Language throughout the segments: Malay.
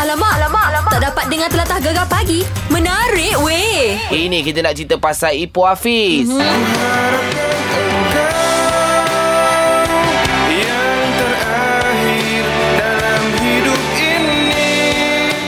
Alamak, alamak, alamak. Tak dapat dengar telatah gegar pagi. Menarik weh. Eh, Ini kita nak cerita pasal Ipoh Hafiz. Mm-hmm. Mhm.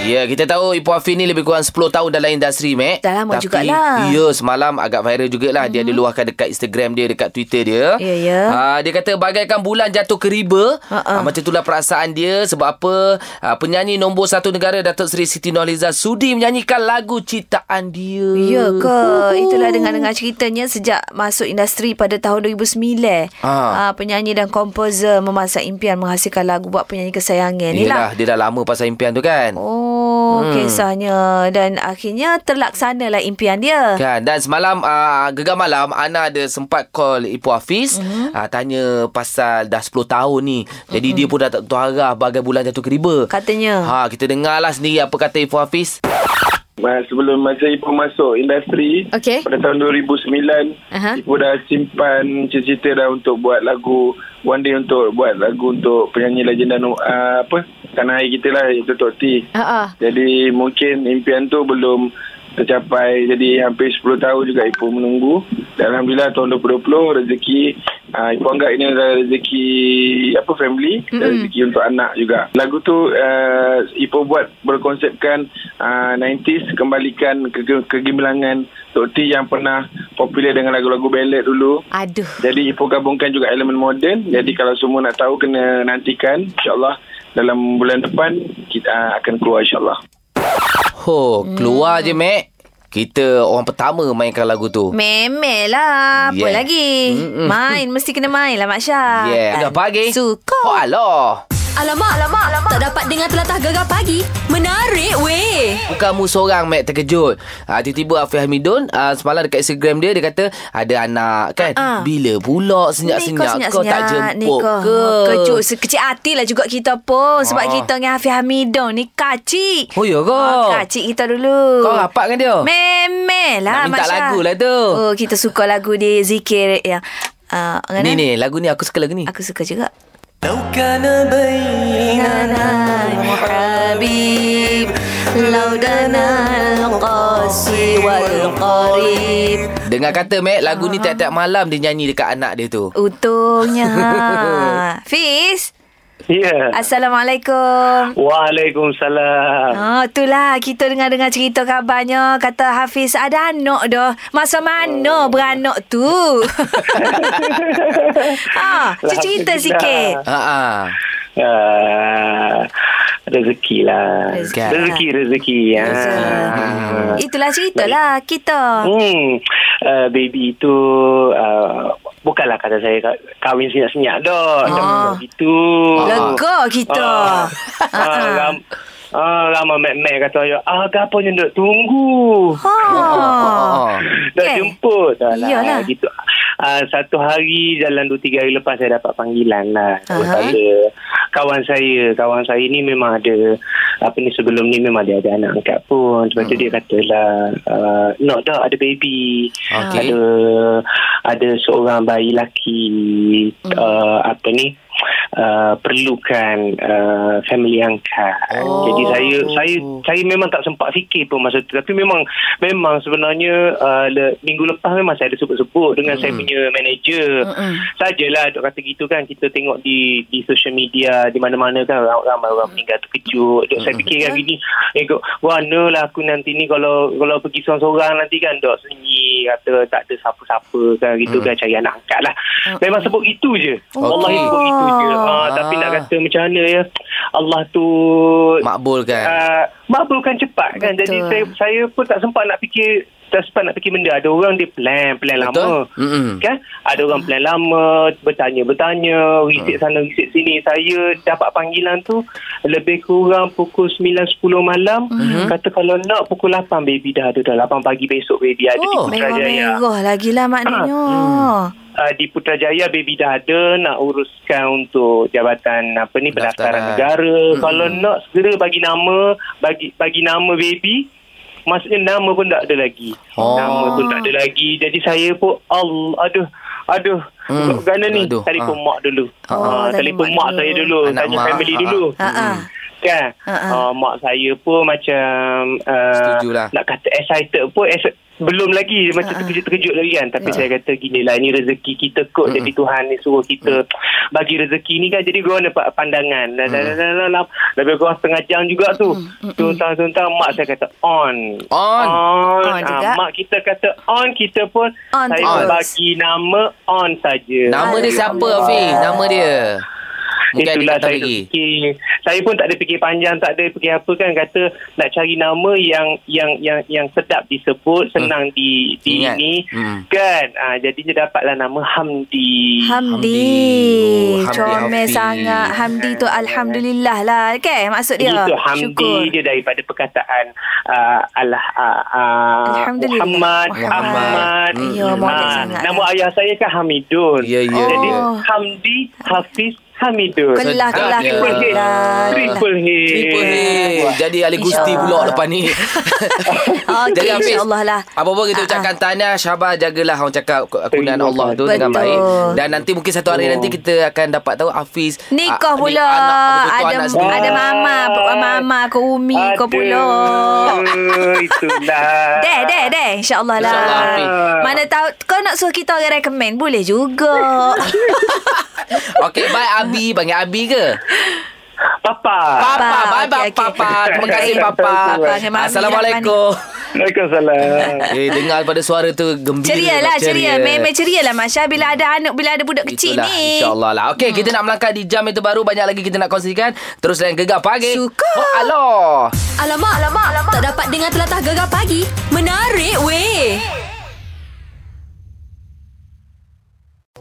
Ya, kita tahu Ipoh Hafiz ni lebih kurang 10 tahun dalam industri, Mek. Dah lama Tapi, jugalah. Mhm. Ya, semalam agak viral jugalah. Mm-hmm. Dia ada luahkan dekat Instagram dia, dekat Twitter dia. Ya, ya. Ah, dia kata bagaikan bulan jatuh ke riba. Ha-ha. Ah, macam itulah perasaan dia sebab apa ah, penyanyi nombor satu negara Datuk Seri Siti Nurhaliza sudi menyanyikan lagu ciptaan dia. Ya ke? Itulah dengar-dengar ceritanya sejak masuk industri pada tahun 2009. Ah. Ah. penyanyi dan komposer memasang impian menghasilkan lagu buat penyanyi kesayangan. Ni lah. Yelah, dia dah lama pasal impian tu kan. Oh, hmm. kisahnya. Dan akhirnya terlaksanalah impian dia. Kan dan semalam uh, gegar malam Ana ada sempat call Ibu Hafiz Hmm. mm-hmm. uh, tanya pasal dah 10 tahun ni. Jadi mm-hmm. dia pun dah tak tahu arah bagai bulan jatuh ke riba. Katanya. Ha kita dengarlah sendiri apa kata Ibu Hafiz. Ma- Sebelum masa Ipoh masuk industri Okey. Pada tahun 2009 Aha. Ipoh dah simpan cita-cita dah untuk buat lagu One day untuk buat lagu untuk penyanyi legenda uh, Apa? Tanah air kita lah iaitu Tok T Ha ah. Jadi mungkin impian tu belum tercapai Jadi hampir 10 tahun juga Ipoh menunggu Dan Alhamdulillah tahun 2020 rezeki uh, Ipoh anggap ini adalah rezeki apa family mm-hmm. Dan rezeki untuk anak juga Lagu tu uh, Ipoh buat berkonsepkan uh, 90s Kembalikan ke- kegemilangan Tok T yang pernah popular dengan lagu-lagu ballad dulu Aduh. jadi Ipoh gabungkan juga elemen moden. Jadi kalau semua nak tahu kena nantikan insyaAllah dalam bulan depan kita uh, akan keluar insyaAllah. Ho Hmm. keluar je Mek. Kita orang pertama mainkan lagu tu. Memel lah Apa Yeah. lagi Main Mesti kena main lah Mak Syah Yeah, dah pagi. Oh Suka Allah. alamak, alamak Alamak Tak dapat dengar telatah gegar pagi Menarik weh Bukan mu seorang Mac terkejut ha, Tiba-tiba Afiq Hamidun ha, Semalam dekat Instagram dia Dia kata Ada anak kan Ah. uh Bila pula Ni senyap-senyap kau Kau tak senyap-senyap, ni jemput kau. ke Kecil sekecil hati lah juga kita pun Sebab Ah. kita dengan Hafiz Hamidon ni kacik Oh, ya ke? Ah, Kacik kita dulu Kau rapat dengan dia? Memel lah Nak minta Masya. lagu lah tu. Oh kita suka lagu dia Zikir yang uh, Ni ni lagu ni aku suka lagu ni Aku suka juga لو كان بيننا حبيب لو دنا القاسي والقريب Dengar kata Mac Lagu Ah. ni tiap-tiap malam Dia nyanyi dekat anak dia tu Oh. Untungnya Fiz Ya. Assalamualaikum Waalaikumsalam. Oh, itulah kita dengar-dengar cerita kabarnya kata Hafiz ada anak dah. Masa mana Oh. beranak tu? ah, cik cerita sikit. Ha ah. Ah, rezeki lah. Rezeki. Rezeki, rezeki. Ah. Ah. Itulah ceritalah kita. Hmm, uh, baby itu uh, bukanlah kata saya ka- kahwin senyap-senyap dah. Ah. Ah. Itu. Lega kita. Ah, ah, ram, ah, ramai mek-mek kata, ya, ah, gapo yang duk tunggu? Ha. Ah, Dah Kan? jemput dah lah. Iyalah. Gitu. Uh, satu hari jalan dua tiga hari lepas saya dapat panggilan lah. Aha. Daripada kawan saya. Kawan saya ni memang ada apa ni sebelum ni memang dia ada anak angkat pun. Sebab tu dia katalah uh, nak dah ada baby. Okey. Ada ada seorang bayi laki uh, apa ni Uh, perlukan uh, family angkat. Oh. Jadi saya saya saya memang tak sempat fikir pun masa tu tapi memang memang sebenarnya uh, le, minggu lepas memang saya ada sebut-sebut dengan saya punya manager Mm-mm. sajalah dok kata gitu kan kita tengok di di social media di mana-mana kan orang- ramai orang meninggal terkejut dok saya fikirkan gini eh kok warna lah aku nanti ni kalau kalau pergi seorang-seorang nanti kan dok sunyi kata tak ada siapa-siapa kan gitu kan cari anak angkat lah memang sebut itu je Allah Okey. sebut itu je Ah. Ah, tapi nak kata macam mana ya Allah tu Makbul kan uh, makbulkan cepat kan Betul. jadi saya saya pun tak sempat nak fikir tak sempat nak fikir benda ada orang dia plan plan lama Betul Mm-mm. kan ada orang plan lama bertanya-bertanya riset Hmm. sana riset sini saya dapat panggilan tu lebih kurang pukul 9.10 malam Hmm. kata kalau nak pukul 8 baby dah ada dah 8 pagi besok baby ada di ya. Oh, Putrajaya Merah-merah lagi lah maknanya. uh, di Putrajaya baby dah ada nak uruskan untuk jabatan apa ni Pendaftaran. pendaftaran negara hmm. kalau nak segera bagi nama bagi bagi nama baby maksudnya nama pun tak ada lagi Oh. nama pun tak ada lagi jadi saya pun Allah aduh aduh Hmm. hmm. Gana ni Aduh, telefon ah. mak dulu Oh, Ah, telefon telefon mak mak dulu. saya dulu Anak tanya mak, family ah, dulu ah. Ah, ah. kan. Ha-ha. Uh, mak saya pun macam uh, Setujulah. nak kata excited pun ex- belum lagi Ha-ha. macam Ya. terkejut-terkejut lagi kan. Tapi saya kata gini lah ini rezeki kita kot Hmm. jadi Tuhan ni suruh kita bagi rezeki ni kan jadi gua dapat pandangan. Lah, lah, lah, Hmm. lah, lah, lah. Lebih kurang setengah jam juga tu. Hmm, Tuntang-tuntang mak saya kata on. On. On. On juga. Ah, mak kita kata on kita pun On saya terus. bagi nama on saja. Nama dia Ah, siapa Hafiz? Nama dia. Mungkin ada Itulah kata saya lagi. lagi. fikir. Saya pun tak ada fikir panjang, tak ada fikir apa kan kata nak cari nama yang yang yang yang sedap disebut, senang di di Hmm. Ingat. ini Hmm. kan. Ah jadinya dapatlah nama Hamdi. Hamdi. Hamdi. Oh, Hamdi, Comel Hamdi. sangat. Hamdi tu alhamdulillah lah. Kan maksud dia. Itu Hamdi Syukur. dia daripada perkataan uh, Allah uh, uh, Alhamdulillah. Muhammad Muhammad. Ahmad. Hmm. Ya, model Ah, sangat. nama ayah saya kan Hamidun. Ya, ya. Jadi Oh. Hamdi Hafiz Hamidun. Kelah, Sedap kelah, dia. Triple hit. kelah. Triple hit. Triple H. Jadi Ali Gusti InsyaAllah. pula lepas ni. Okey, insyaAllah lah. Apa-apa kita Ah, ucapkan tahniah, syabas, jagalah orang cakap kunan Terima Allah tu kasih. dengan Betul. baik. Dan nanti mungkin satu hari nanti kita akan dapat tahu Hafiz. Nikah ah, pula. ni anak, betul-betul Ada anak sendiri. ada mama, mama ke Umi ke Aduh, pula. Itulah. Deh, deh, deh. InsyaAllah lah. InsyaAllah, Hafiz. Mana tahu kau nak suruh kita orang recommend boleh juga. Okey, bye Abi. Panggil Abi ke? Papa. Papa. Okey, Bye bye okey. Papa. Terima kasih Baik. Papa. Papa dengan Mami, Assalamualaikum. Waalaikumsalam. Eh, dengar pada suara tu gembira. Ceria lah, ceria. Memang ceria lah Masya bila ada anak, bila ada budak kecil Itulah, ni. Hmm. InsyaAllah lah Okey kita nak melangkah di jam itu baru Banyak lagi kita nak kongsikan Terus lain gegar pagi Suka. oh, Aloh Alamak, alamak, alamak. Tak dapat dengar telatah gegar pagi. Menarik weh.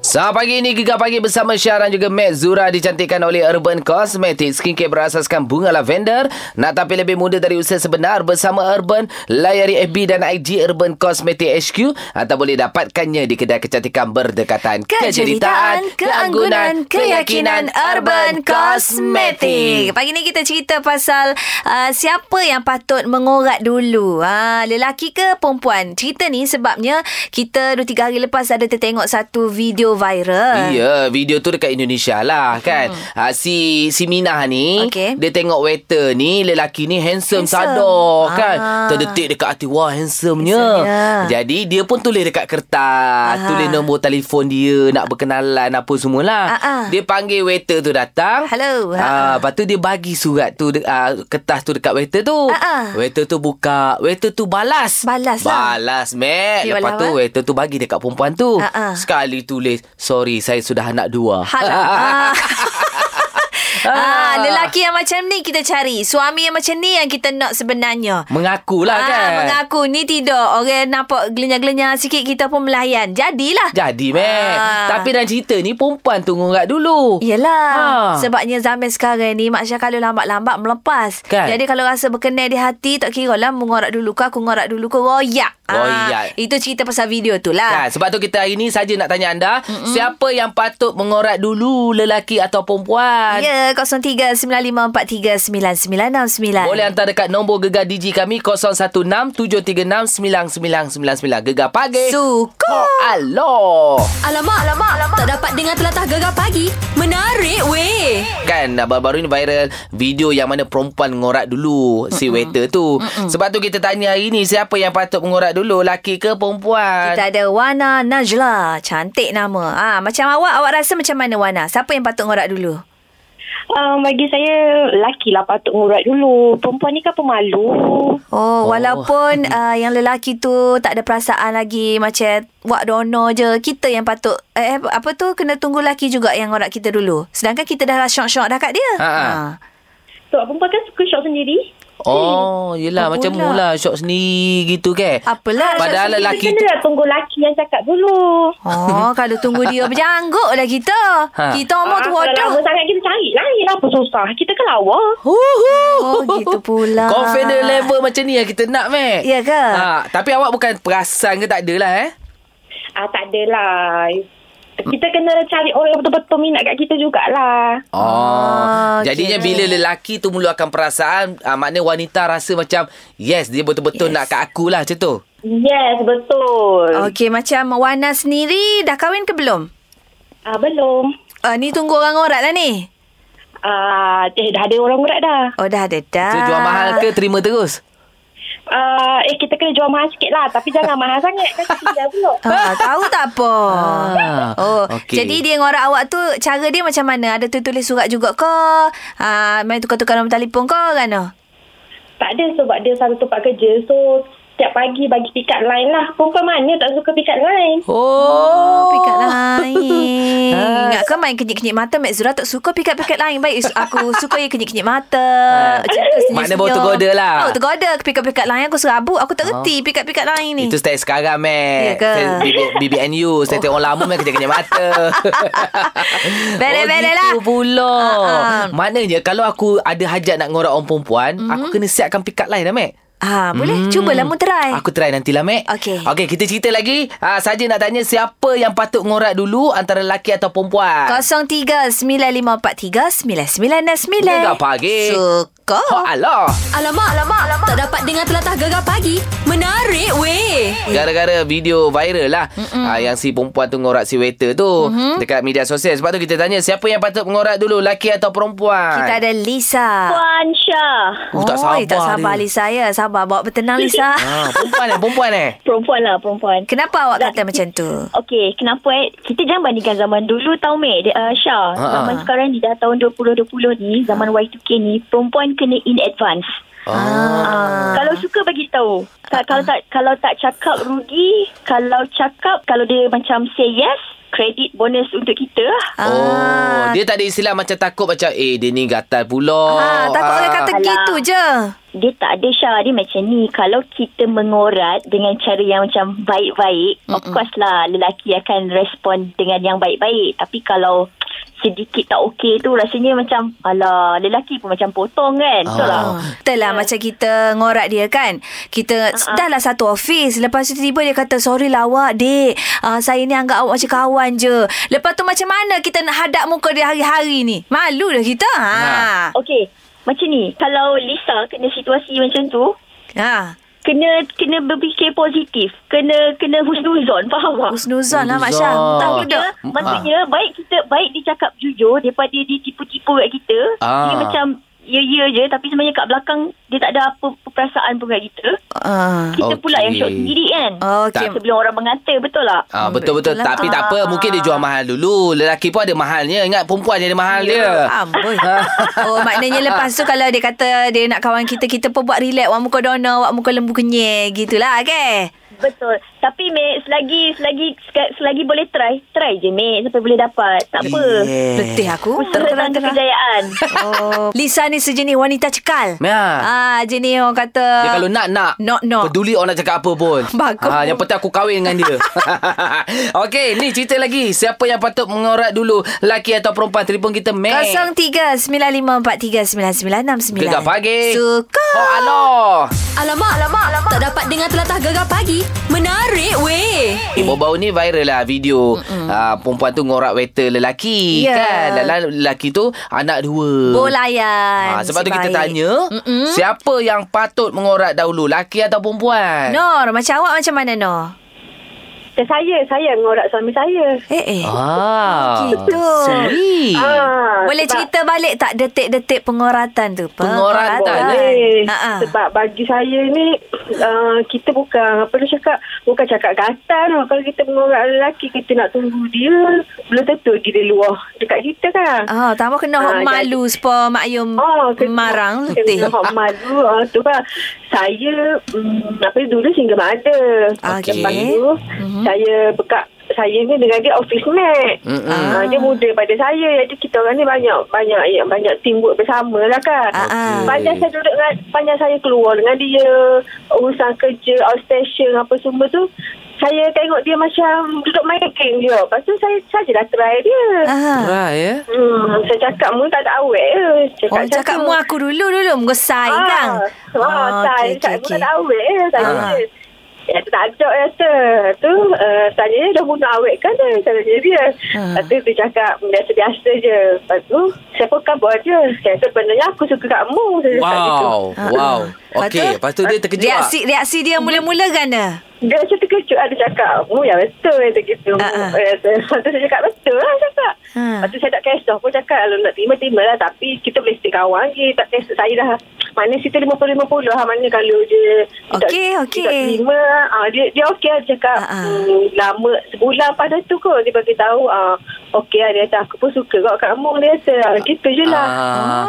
Selamat pagi ini Gegar Pagi bersama Syah dan juga Matt Zura dicantikkan oleh Urban Cosmetics. Skincare berasaskan bunga lavender. Nak tampil lebih muda dari usia sebenar bersama Urban, layari FB dan IG Urban Cosmetics HQ atau boleh dapatkannya di kedai kecantikan berdekatan. Keceritaan, keanggunan, keyakinan Urban Cosmetic. Pagi ni kita cerita pasal uh, siapa yang patut mengorat dulu. Ha, lelaki ke perempuan? Cerita ni sebabnya kita 2-3 hari lepas ada tertengok satu video viral. Ya, video tu dekat Indonesia lah kan. Hmm. Ha, si si Minah ni, Okey. dia tengok waiter ni, lelaki ni handsome, Handsome. sadar kan. Ah. Terdetik dekat hati, wah handsomenya. Handsomenya. Jadi dia pun tulis dekat kertas, Aha. tulis nombor telefon dia, nak berkenalan apa semualah. Ah, ah. Dia panggil waiter tu datang. Hello. Ha. Ah, lepas tu dia bagi surat tu de- ah, kertas tu dekat waiter Ah, tu. ah. Waiter tu buka, waiter tu balas. Balas lah. Balas, Mac. Dia Lepas balas, tu eh? waiter tu bagi dekat perempuan tu. Ah, ah. Sekali tulis Sorry saya sudah anak dua ah, Halah. ah, lelaki yang macam ni kita cari. Suami yang macam ni yang kita nak sebenarnya. Mengakulah Ah, kan Mengaku ni tidak Orang nampak gelenyar-gelenyar sikit Kita pun melayan Jadilah Jadi Mac Ah. Tapi dalam cerita ni Perempuan tu ngorak dulu Yelah Ha. ha. Sebabnya zaman sekarang ni Mak Syah kalau lambat-lambat melepas Kan? Jadi kalau rasa berkenal di hati Tak kira lah Mengorak dulu ke Aku ngorak dulu ke Royak Royak. ha. Itu cerita pasal video tu lah Kan? Sebab tu kita hari ni saja nak tanya anda Mm-mm. Siapa yang patut mengorak dulu Lelaki atau perempuan Ya 0395439969 Boleh hantar dekat nombor gegar DJ kami 0167369999 Gegar pagi. Suka Aloh. Alamak, alamak, alamak. Tak dapat dengar telatah gegar pagi. Menarik weh. Kan baru-baru ni viral video yang mana perempuan ngorak dulu si waiter tu. Mm-mm. Sebab tu kita tanya hari ni siapa yang patut mengorak dulu laki ke perempuan? Kita ada Wana Najla Cantik nama ha, Macam awak Awak rasa macam mana Wana Siapa yang patut ngorak dulu Um, bagi saya lelaki lah patut ngurat dulu. Perempuan ni kan pemalu. Oh, walaupun uh, yang lelaki tu tak ada perasaan lagi macam wak dono je, kita yang patut eh apa- apa tu kena tunggu lelaki juga yang ngorak kita dulu. Sedangkan kita dah lah syok-syok dah kat dia. Ah, Ha, ha. Sebab perempuan kan suka shop sendiri. Oh, yelah Apa macam pula? mula syok sendiri gitu kan. Apalah syok Padahal sendiri. lelaki Kita tu kena lah tunggu lelaki yang cakap dulu. Oh, kalau tunggu dia berjangguk lah kita. Ha. Kita umur tua Ah, kalau dah. lama sangat kita cari lain. Apa susah? Kita kan lawa. Oh, gitu pula. Confident level macam ni yang kita nak, Mac. Ya ke? Ha, tapi awak bukan perasan ke tak adalah eh? Ah, tak adalah. Kita kena cari orang yang betul-betul minat kat kita jugalah. Oh, Ah, jadinya okey. bila lelaki tu meluahkan perasaan, ah, maknanya wanita rasa macam, yes, dia betul-betul yes. Yes. nak kat aku lah macam tu. Yes, betul. Okey, macam Wana sendiri dah kahwin ke belum? Ah, belum. Uh, ni tunggu orang ngorak lah ni. uh, eh dah ada orang urat dah. Oh dah ada dah. So jual mahal ke terima terus? Uh, eh kita kena jual mahal sikit lah tapi jangan mahal sangat kan tinggal pula. Ah, tahu tak apa. Ah, oh, okay. okey. jadi dia ngorak awak tu cara dia macam mana? Ada tu tulis surat juga ke? Ah, main tukar-tukar nombor telefon ke kan? Oh? Tak ada sebab dia satu tempat kerja so tiap pagi bagi pick up line lah. Perempuan mana tak suka pick up line? Oh, pick up lain. Ingat ke main kenyit-kenyit mata Mek Zura tak suka pick up-pick up lain. Baik is- aku suka ya kenyit-kenyit mata. Macam tu senyum-senyum. Ah. Makna baru tergoda lah. Oh. Oh, tergoda ke pick up-pick up lain aku serabut. Aku tak reti pick up-pick up lain ni. Itu style Ya sekarang, Mac. ke? Style BB- BBNU. Style tengok orang lama, Mac kerja-kerja mata. Belek-belek lah. Oh, gitu pula. Ah, ah. Maknanya, kalau aku ada hajat nak ngorak orang perempuan, aku kena siapkan pick up line dah, Mac. Hmm. Ah, boleh cubalah mu try. Aku try nantilah, Mac. Okey. Okey, kita cerita lagi. Ha, saja nak tanya siapa yang patut ngorak dulu antara lelaki atau perempuan? 0395439969. Gegar pagi. Suka. Oh, alah. Alamak, alamak, alamak. Tak dapat dengar telatah gegar pagi. Menarik weh. Gara-gara video viral lah ha, Yang si perempuan tu ngorak si waiter tu Mm-hmm. Dekat media sosial Sebab tu kita tanya Siapa yang patut mengorak dulu Lelaki atau perempuan Kita ada Lisa. Ha. Puan Syah. Oh, tak Oi, sabar tak sabar dia. Lisa ya. Sabar bawa bertenang Lisa. Ah, perempuan eh, perempuan eh. Perempuan lah perempuan. Kenapa awak kata macam tu? Okey, kenapa eh? Kita jangan bandingkan zaman dulu tau, Mek. Dia, Uh, Syah, Ha, ha. zaman sekarang ni dah tahun 2020 ni, zaman Y2K ni, perempuan kena in advance. Ah. Ha. Kalau suka bagi tahu. Ka- Kalau tak kalau tak cakap rugi, kalau cakap kalau dia macam say yes, kredit bonus untuk kita. lah. Oh, dia Oh, tak ada istilah macam takut macam eh dia ni gatal pula. Ah, takut orang kata Alah. gitu je. Dia tak ada Syah, dia macam ni. Kalau kita mengorat dengan cara yang macam baik-baik, Mm-mm. of course lah lelaki akan respon dengan yang baik-baik. Tapi kalau sedikit tak okey tu rasanya macam alah lelaki pun macam potong kan. Betul lah. Betul lah macam kita ngorak dia kan. Kita uh-huh. dah lah satu office. Lepas tu tiba-tiba dia kata, sorry lah awak dek. Uh, saya ni anggap awak macam kawan je. Lepas tu macam mana kita nak hadap muka dia hari-hari ni? Malu dah kita. Ha. Okey, macam ni. Kalau Lisa kena situasi macam tu, Ya. Ha. kena kena berfikir positif. Kena kena husnuzon, faham tak? Husnuzon lah Mak Husnuzon. Syah. Tahu ke tak? ah. Maksudnya, maksudnya baik kita baik dia cakap jujur daripada dia tipu-tipu kat kita. Ah. Dia macam ya-ya je tapi sebenarnya kat belakang dia tak ada apa perasaan pun kat kita. Ah. Kita Okey. pula yang syok sendiri kan. Okey. Sebelum orang mengata betul tak? Ah, betul Betul betul lah. tapi tak apa mungkin dia jual mahal dulu lelaki pun ada mahalnya ingat perempuan je ada mahal dia Amboi. Ya oh, maknanya lepas tu kalau dia kata dia nak kawan kita, kita pun buat relax. Wak muka dona, wak muka lembu kenyek. Gitulah, kan? okay? Betul. Tapi Mek selagi selagi selagi boleh try, try je Mek sampai boleh dapat. Tak apa. Yeah. Letih lah. aku. Usaha tanda Terang-terang. kejayaan. Oh. Lisa ni sejenis wanita cekal. Ya. Ah, jenis orang kata. Dia kalau nak nak Nak, nak. Peduli orang nak cakap apa pun Bagus. ha, Yang penting aku kahwin dengan dia Okey ni cerita lagi Siapa yang patut mengorak dulu Lelaki atau perempuan Telefon kita Mac 0395439969. Gegar pagi Suka. Oh aloh Alamak, alamak, alamak. Tak dapat dengar telatah gegar pagi. Menarik weh. Eh, baru-baru ni viral lah video uh, perempuan tu ngorak waiter lelaki Ya. kan. Lalu lelaki tu anak dua. Bolayan. Ha, sebab tu kita Baik. tanya Mm-mm. siapa yang patut mengorak dahulu lelaki atau perempuan? Nor, macam awak macam mana Nor? saya saya ngorak suami saya. Eh, eh. Ah. Gitu. Sweet. Ah, Boleh sebab- cerita balik tak detik-detik pengoratan tu? Ah, Pengoratan. eh? Boleh. Ha-ha. Sebab bagi saya ni uh, kita bukan apa dia cakap bukan cakap gatal tau. Kalau kita mengorak lelaki kita nak tunggu dia belum tentu dia luar dekat kita kan. Ah, tambah kena hok Ah, malu sepa mak yum Oh, marang letih. Kena hok malu. Uh, tu kan. Saya, um, apa dia, dulu single mother. Okey. Mhm. Lepas tu, mm-hmm. saya bekat saya ni dengan dia office mate. Mm-mm. Ah. dia muda pada saya. Jadi kita orang ni banyak banyak ya, banyak teamwork bersama lah kan. Ah, ah. Panjang saya duduk dengan panjang saya keluar dengan dia urusan kerja outstation apa semua tu saya tengok dia macam duduk main game je. Lepas tu saya sajalah try dia. Ah. Right, ya. Hmm, saya cakap mu tak tahu eh. Oh, cakap mu aku dulu dulu mengesai ah, kang. Ah, ah okey, okey, okay, tak, tak okey. tahu eh. Tanya Ah. dia. Ya, tu tak ajak ya tu. Tu uh, tanya dia dah bunuh awet kan dia. Tanya dia dia. Ah. Lepas tu dia cakap biasa-biasa je. Lepas tu siapa khabar dia? Saya kata, sebenarnya aku suka kamu. Saya cakap gitu. Wow. Wow. Ah, Lepas Okey, lepas tu dia terkejut. ah. Eh. Reaksi reaksi dia mula-mula kan? dia macam terkejut lah dia cakap mu yang betul kata gitu Ah, ah. uh-uh. lepas tu saya cakap betul lah saya cakap Ha. uh. lepas tu saya tak cash off pun cakap kalau nak terima terima lah tapi kita boleh stay kawan je tak cash saya dah mana situ 50-50 lah mana kalau dia dia tak- Okey, dia okey. tak terima ah, dia, dia okey lah dia cakap Ah, ah. hmm, lama sebulan pada tu kot dia bagi tahu ah, okey lah dia kata aku pun suka kot kamu dia kata Ah, gitu je lah Ah,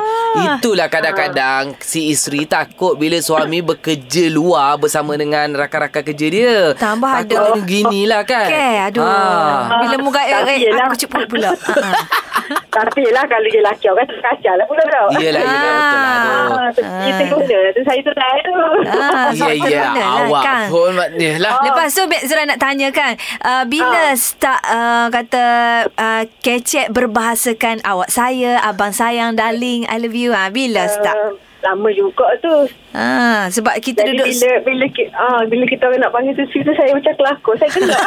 itulah kadang-kadang si isteri takut bila suami bekerja luar bersama dengan rakan-rakan kerja dia. Tambah takut ada- Takut ginilah kan. Okay, aduh. Ah. Bila muka Tapi eh, yelah. aku cepat pula. Ha. Tapi lah kalau dia lelaki orang kata kacau lah pula tau. Yelah, yelah betul lah. Aduh. Ah, kita guna tu saya tu lain tu. Ah, Ya, faktor ya. mana lah, Awak kan? pun maknanya lah. Lepas tu Mek Zura nak tanya kan uh, Ah. Bila start uh, kata uh, Kecek berbahasakan awak saya Abang sayang Darling I love you ha, Bila Ah. start Lama juga tu. ha, Sebab kita Jadi duduk bila bila kita, ah, bila kita orang nak panggil tu cerita saya macam kelakor. Saya kena.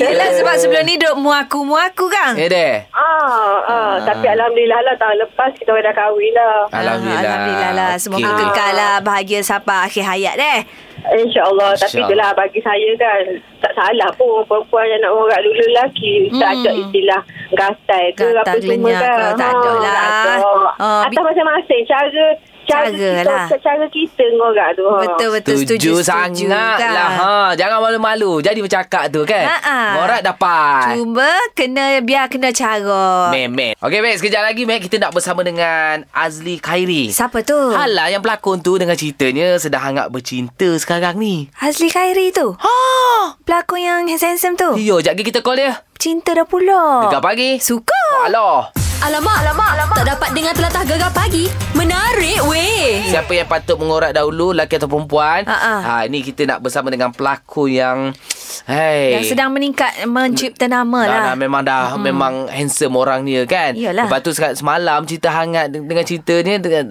Yelah sebab sebelum ni Duduk muaku-muaku kan Eh deh. ah, ah, tapi alhamdulillah lah tahun lepas kita orang dah kahwin lah. Ah, Alhamdulillah. Alhamdulillah lah Semoga Okey. kekal lah Bahagia sampai akhir hayat eh. deh InsyaAllah Tapi InsyaAllah. itulah bagi saya kan Tak salah pun Perempuan yang nak orang dulu lelaki hmm. Tak ada istilah Gatai ke Gatal Apa semua lenyap kan ke, tak ada Ha, lah. tak ada. Ah, bi- Atas masing-masing Cara Cara, Cara kita, lah. cara kita Ngorak tu ha. Betul-betul setuju kan? Setuju sangat lah. Ha. Jangan malu-malu. Jadi bercakap tu kan. Ha-ha. Ngorak dapat. Cuma kena biar kena cara. Memek. Okey, Mek. Sekejap lagi, Mek. Kita nak bersama dengan Azli Khairi. Siapa tu? Alah, lah yang pelakon tu dengan ceritanya sedang hangat bercinta sekarang ni. Oh. Azli Khairi tu. Ha. Pelakon yang handsome tu. Yo, jap lagi kita call dia. Cinta dah pula. Dekat pagi. Suka. Alah. Alamak, alamak, alamak. Tak dapat dengar telatah gegar pagi. Menarik weh. Siapa yang patut mengorak dahulu Lelaki atau perempuan Ha, ha. ha, Ini kita nak bersama dengan pelakon yang hey, Yang sedang lah. meningkat mencipta nama dah, lah. dah, Memang dah hmm. Memang handsome orang dia kan Iyalah. Lepas tu sekarang semalam Cerita hangat de- Dengan ceritanya dengan,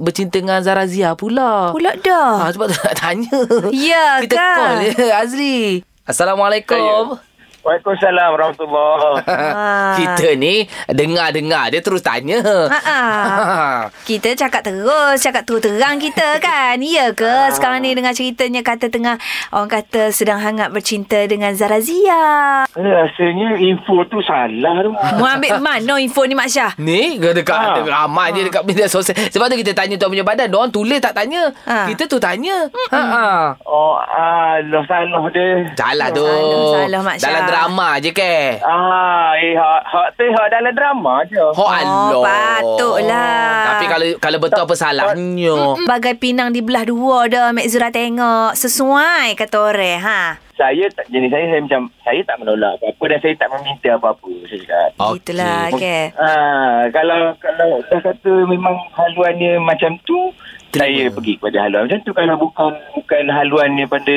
Bercinta dengan Zara Zia pula Pula dah. ha, Sebab tu nak tanya Ya, Kita kan? call dia Azli Assalamualaikum Waalaikumsalam warahmatullahi Ah. Kita ni Dengar-dengar Dia terus tanya Ha-ha. Kita cakap terus, cakap terus terang kita kan. Ya ke? Sekarang ni dengar ceritanya kata tengah orang kata sedang hangat bercinta dengan Zarazia. Eh, Rasanya info tu salah tu. Mu ambil mana info ni Mak Syah? Ni ke dekat Ha. ha. ramai je dekat media sosial. Sebab tu kita tanya tuan punya badan, dia orang tulis tak tanya. Ha. Kita tu tanya. Ha ha. Oh, alah salah dia. Salah Ya, tu. salah, salah, Mak Syah. Dalam drama je ke. Ah, eh, hak, hak tu hak dalam drama je. Ho Allah. Oh, patutlah. Tapi kalau kalau betul apa salahnya. Bagai pinang dibelah dua dah Mek Zura tengok Sesuai kata orang ha. Saya, tak- jenis saya, saya macam, saya tak menolak apa-apa dan saya tak meminta apa-apa. Saya cakap. Okay. Itulah okay. Ah, kalau kalau dah kata memang haluannya macam tu, Terima. Terima. saya pergi kepada haluan macam tu. Kalau bukan bukan haluannya pada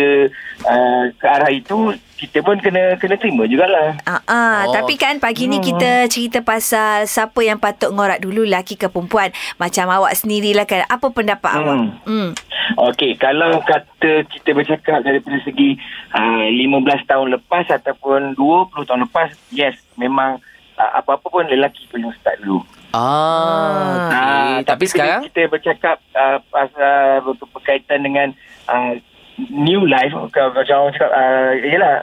uh, ke arah itu, kita pun kena kena terima jugalah. Ah, ah. Oh. Oh. Tapi kan pagi ni kita cerita pasal siapa yang patut ngorak dulu laki ke perempuan. Macam awak sendirilah kan. Apa pendapat hmm. Hmm. awak? Hmm. Okey, kalau kata kita bercakap daripada segi uh, 15 tahun lepas ataupun 20 tahun lepas, yes, memang uh, apa-apa pun lelaki perlu start dulu. Ah, okay. Ah, tapi, tapi sekarang kita bercakap uh, pasal ber- berkaitan dengan uh, new life kalau macam orang cakap uh, ialah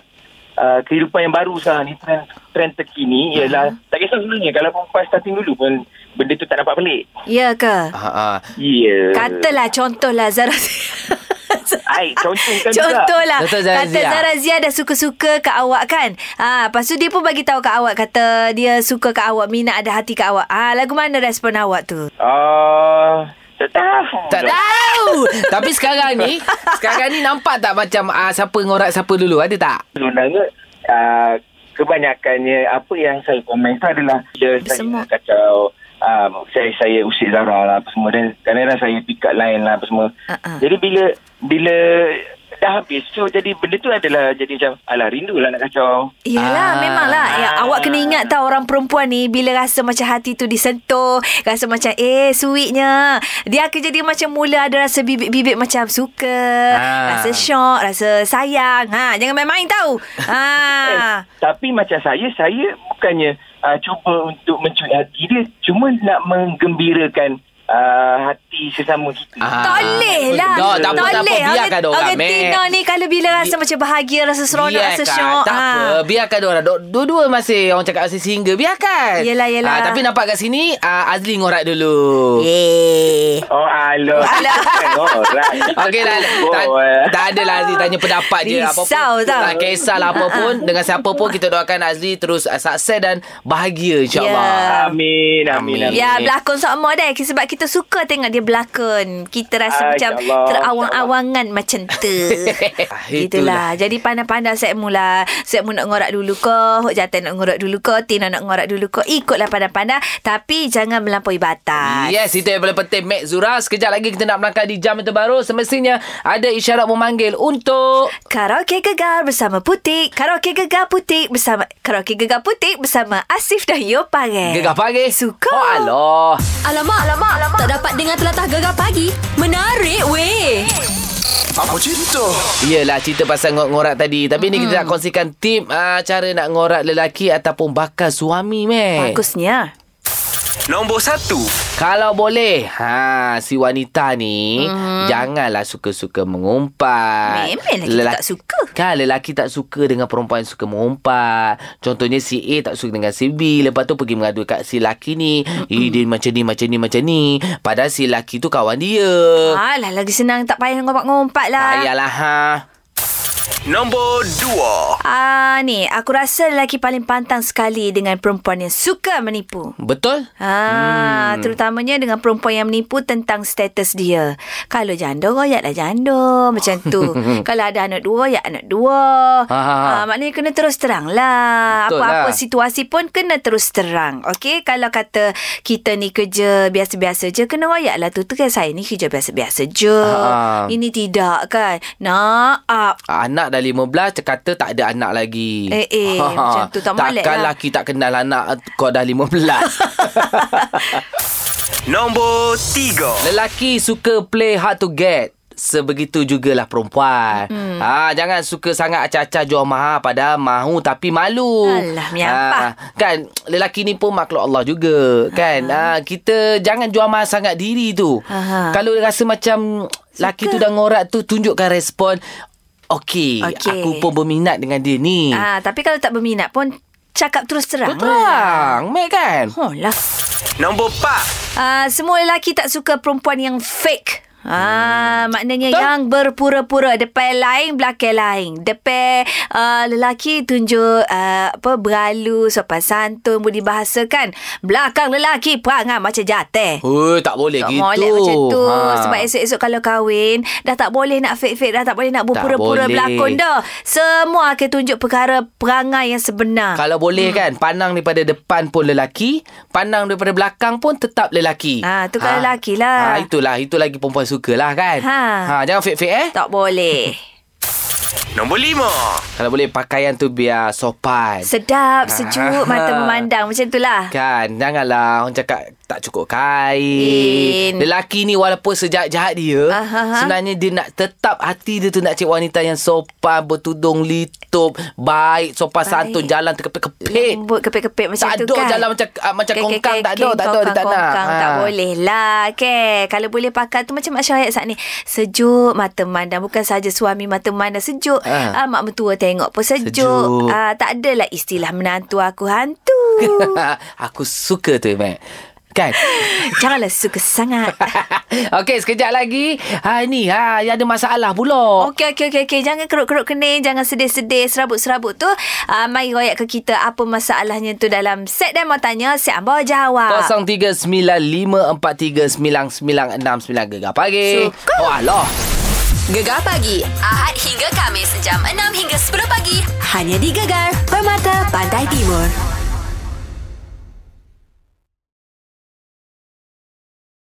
uh, kehidupan yang baru sekarang ni trend, trend Hmm. terkini ialah tak kisah sebenarnya kalau perempuan starting dulu pun benda tu tak dapat balik Ya ke? ha ah. ya yeah. Kan- Katalah contohlah Zara Ai, contohkan juga. Contohlah Contoh Zara Kata Zia. Zara Zia dah suka-suka kat awak kan ha, Lepas tu dia pun bagi tahu kat awak Kata dia suka kat awak Minat ada hati kat awak ha, Lagu mana respon awak tu? uh, tak tahu Tak tahu. tapi sekarang ni, sekarang ni nampak tak macam ah, siapa ngorak siapa dulu? Ada tak? sebenarnya uh, kebanyakannya apa yang saya komen tu adalah bila Bersemut. saya kacau um, saya saya usik Zara lah apa semua dan kadang-kadang saya pick up line lah apa semua Uh-uh. jadi bila bila dah habis so jadi benda tu adalah jadi macam alah rindulah nak kacau Yelah, ah. Ah. memanglah. Ya, awak kena ingat tau orang perempuan ni bila rasa macam hati tu disentuh, rasa macam eh sweetnya. Dia akan jadi macam mula ada rasa bibit-bibit macam suka, Ah. rasa syok, rasa sayang. Ha, jangan main-main tau. Ha. tapi macam saya ah, saya bukannya uh, cuba untuk mencuri hati dia cuma nak menggembirakan uh, hati sesama kita. Ah. Tak boleh lah. Tak, tak apa, tak apa. boleh. Biarkan Orang- dorang, Orang Mat. Tina ni kalau bila rasa macam bahagia, rasa seronok, rasa Biarkan. syok. Tak ah. apa. Biarkan diorang. Dok- Dua-dua masih orang cakap masih single. Biarkan. Yelah, yelah. Eh. Ah, tapi nampak kat sini, ah, Azli ngorak dulu. Yeay. Oh, alah. Alah. Alright. Okey lah. Tak, tak adalah Azli tanya pendapat je. Risau Apapun, tau. Tak kisahlah apa pun. Dengan siapa pun kita doakan Azli terus ah, sukses dan bahagia insyaAllah. Ya. Amin, amin, amin. Ya, berlakon sama dah sebab kita suka tengok dia berlakon. Kita rasa Ah, macam insyaAllah, terawang-awangan macam tu. Itulah. Itulah. Jadi pandai-pandai Sekmu lah. Sekmu nak ngorak dulu ke, Hok Jatan nak ngorak dulu ke, Tina nak ngorak dulu ke. Ikutlah pandai-pandai tapi jangan melampaui batas. Yes, itu yang paling penting Mek Zura Sekejap lagi kita nak melangkah di jam yang terbaru Semestinya ada isyarat memanggil untuk Karaoke Gegar bersama Putik. Karaoke Gegar Putik bersama Karaoke Gegar Putik bersama Asif dan Yopare. Gegar Pagi Eh, Suka. Oh Allah Alamak, alamak, alamak. Tak dapat dengar telatah gegar pagi. Menarik weh. Apa cerita? Yelah cerita pasal ngorak-ngorak tadi Tapi ni kita nak kongsikan tip uh, Cara nak ngorak lelaki Ataupun bakal suami Mek Bagusnya. Nombor satu. Kalau boleh ha, Si wanita ni mm-hmm. Janganlah suka-suka mengumpat Memang lelaki tak suka. Kan lelaki tak suka dengan perempuan yang suka mengumpat Contohnya si A tak suka dengan si B Lepas tu pergi mengadu kat si lelaki ni mm-hmm. Eh dia macam ni, macam ni, macam ni Padahal si lelaki tu kawan dia Alah lagi senang tak payah ngompak-ngompak lah. ah. Ayalah ha Nombor dua. Ah ni, aku rasa lelaki paling pantang sekali dengan perempuan yang suka menipu. Betul? Ah, hmm. terutamanya dengan perempuan yang menipu tentang status dia. Kalau janda, royatlah janda. Macam tu. Kalau ada anak dua, ya anak dua. Ha, ha, ha. Ah, maknanya kena terus terang lah. Betul Apa-apa lah. situasi pun kena terus terang. Okey, kalau kata kita ni kerja biasa-biasa je, kena royatlah tu. Tu kan saya ni kerja biasa-biasa je. Ha. Ini tidak kan. Nak up. Ah, Anak dah 15 Kata tak ada anak lagi Ha, Eh, eh, macam tu tak molek Takkan lah. lelaki tak kenal anak Kau dah 15 Nombor tiga. Lelaki suka play hard to get. Sebegitu jugalah perempuan. Hmm. Ha, jangan suka sangat acah-acah jual mahal padahal mahu tapi malu. Alah, menyampah. Ha, kan lelaki ni pun makhluk Allah juga kan. Ha, kita jangan jual mahal sangat diri tu. Aha. Kalau dia rasa macam lelaki tu dah ngorak tu tunjukkan respon Okey, Okey. okay. aku pun berminat dengan dia ni. lah. Ah, tapi kalau tak berminat pun cakap terus terang. lah. Terang, Mek kan? Oh lah. Nombor empat. Ah, semua lelaki tak suka perempuan yang fake. Ah, maknanya Hmm. Betul. yang berpura-pura depan lain belakang lain. Depan uh, lelaki tunjuk uh, apa beralu sopan santun budi bahasa kan. Belakang lelaki perangai macam jatah. Oh, tak boleh Tak gitu. molek macam tu ha. Sebab esok-esok kalau kahwin Dah tak boleh nak fake-fake Dah tak boleh nak berpura-pura boleh. berlakon dah Semua akan tunjuk perkara perangai yang sebenar Kalau boleh hmm. kan Pandang daripada depan pun lelaki Pandang daripada belakang pun tetap lelaki Ah, tu kalau lelaki lah. ha, Itulah Itu lagi perempuan suka lah kan Ha. ha Jangan fake-fake eh Tak boleh Nombor lima. Kalau boleh pakaian tu biar sopan Sedap, sejuk, Ah. mata memandang Macam itulah Kan Janganlah Orang cakap Tak cukup kain In. Lelaki ni walaupun sejahat-jahat dia Aha. Sebenarnya dia nak Tetap hati dia tu Nak cari wanita yang sopan Bertudung litup Baik Sopan Baik. santun Jalan terkepit-kepit Lembut kepit-kepit macam Tak tu ada kan jalan macam- ah, macam Kek- kek- kongkang, tak ada, kek- tak ada, dia tak nak. kongkang, Tak Ha. boleh lah okay. Kalau boleh pakai tu macam Mak Syahid saat ni Sejuk mata memandang Bukan saja suami mata memandang sejuk Ha. ha. Mak mentua tengok pun sejuk, Sejuk. Ah, Tak adalah istilah menantu aku hantu Ha, Aku suka tu Mac Kan Janganlah suka sangat Okey sekejap lagi ha, Ni ha, yang ada masalah pula Okey, okey, okey, okey. Jangan kerut-kerut kening. Jangan sedih-sedih. Serabut-serabut tu. Uh, mari royak ke kita apa masalahnya tu dalam set dan mau tanya. Set Ambo jawab. 0395439969 Gegar pagi Suka. Oh Allah Gegar pagi. Ahad hingga Kamis. Jam 6 hingga 10 pagi. Hanya di Gegar. Permata Pantai Timur.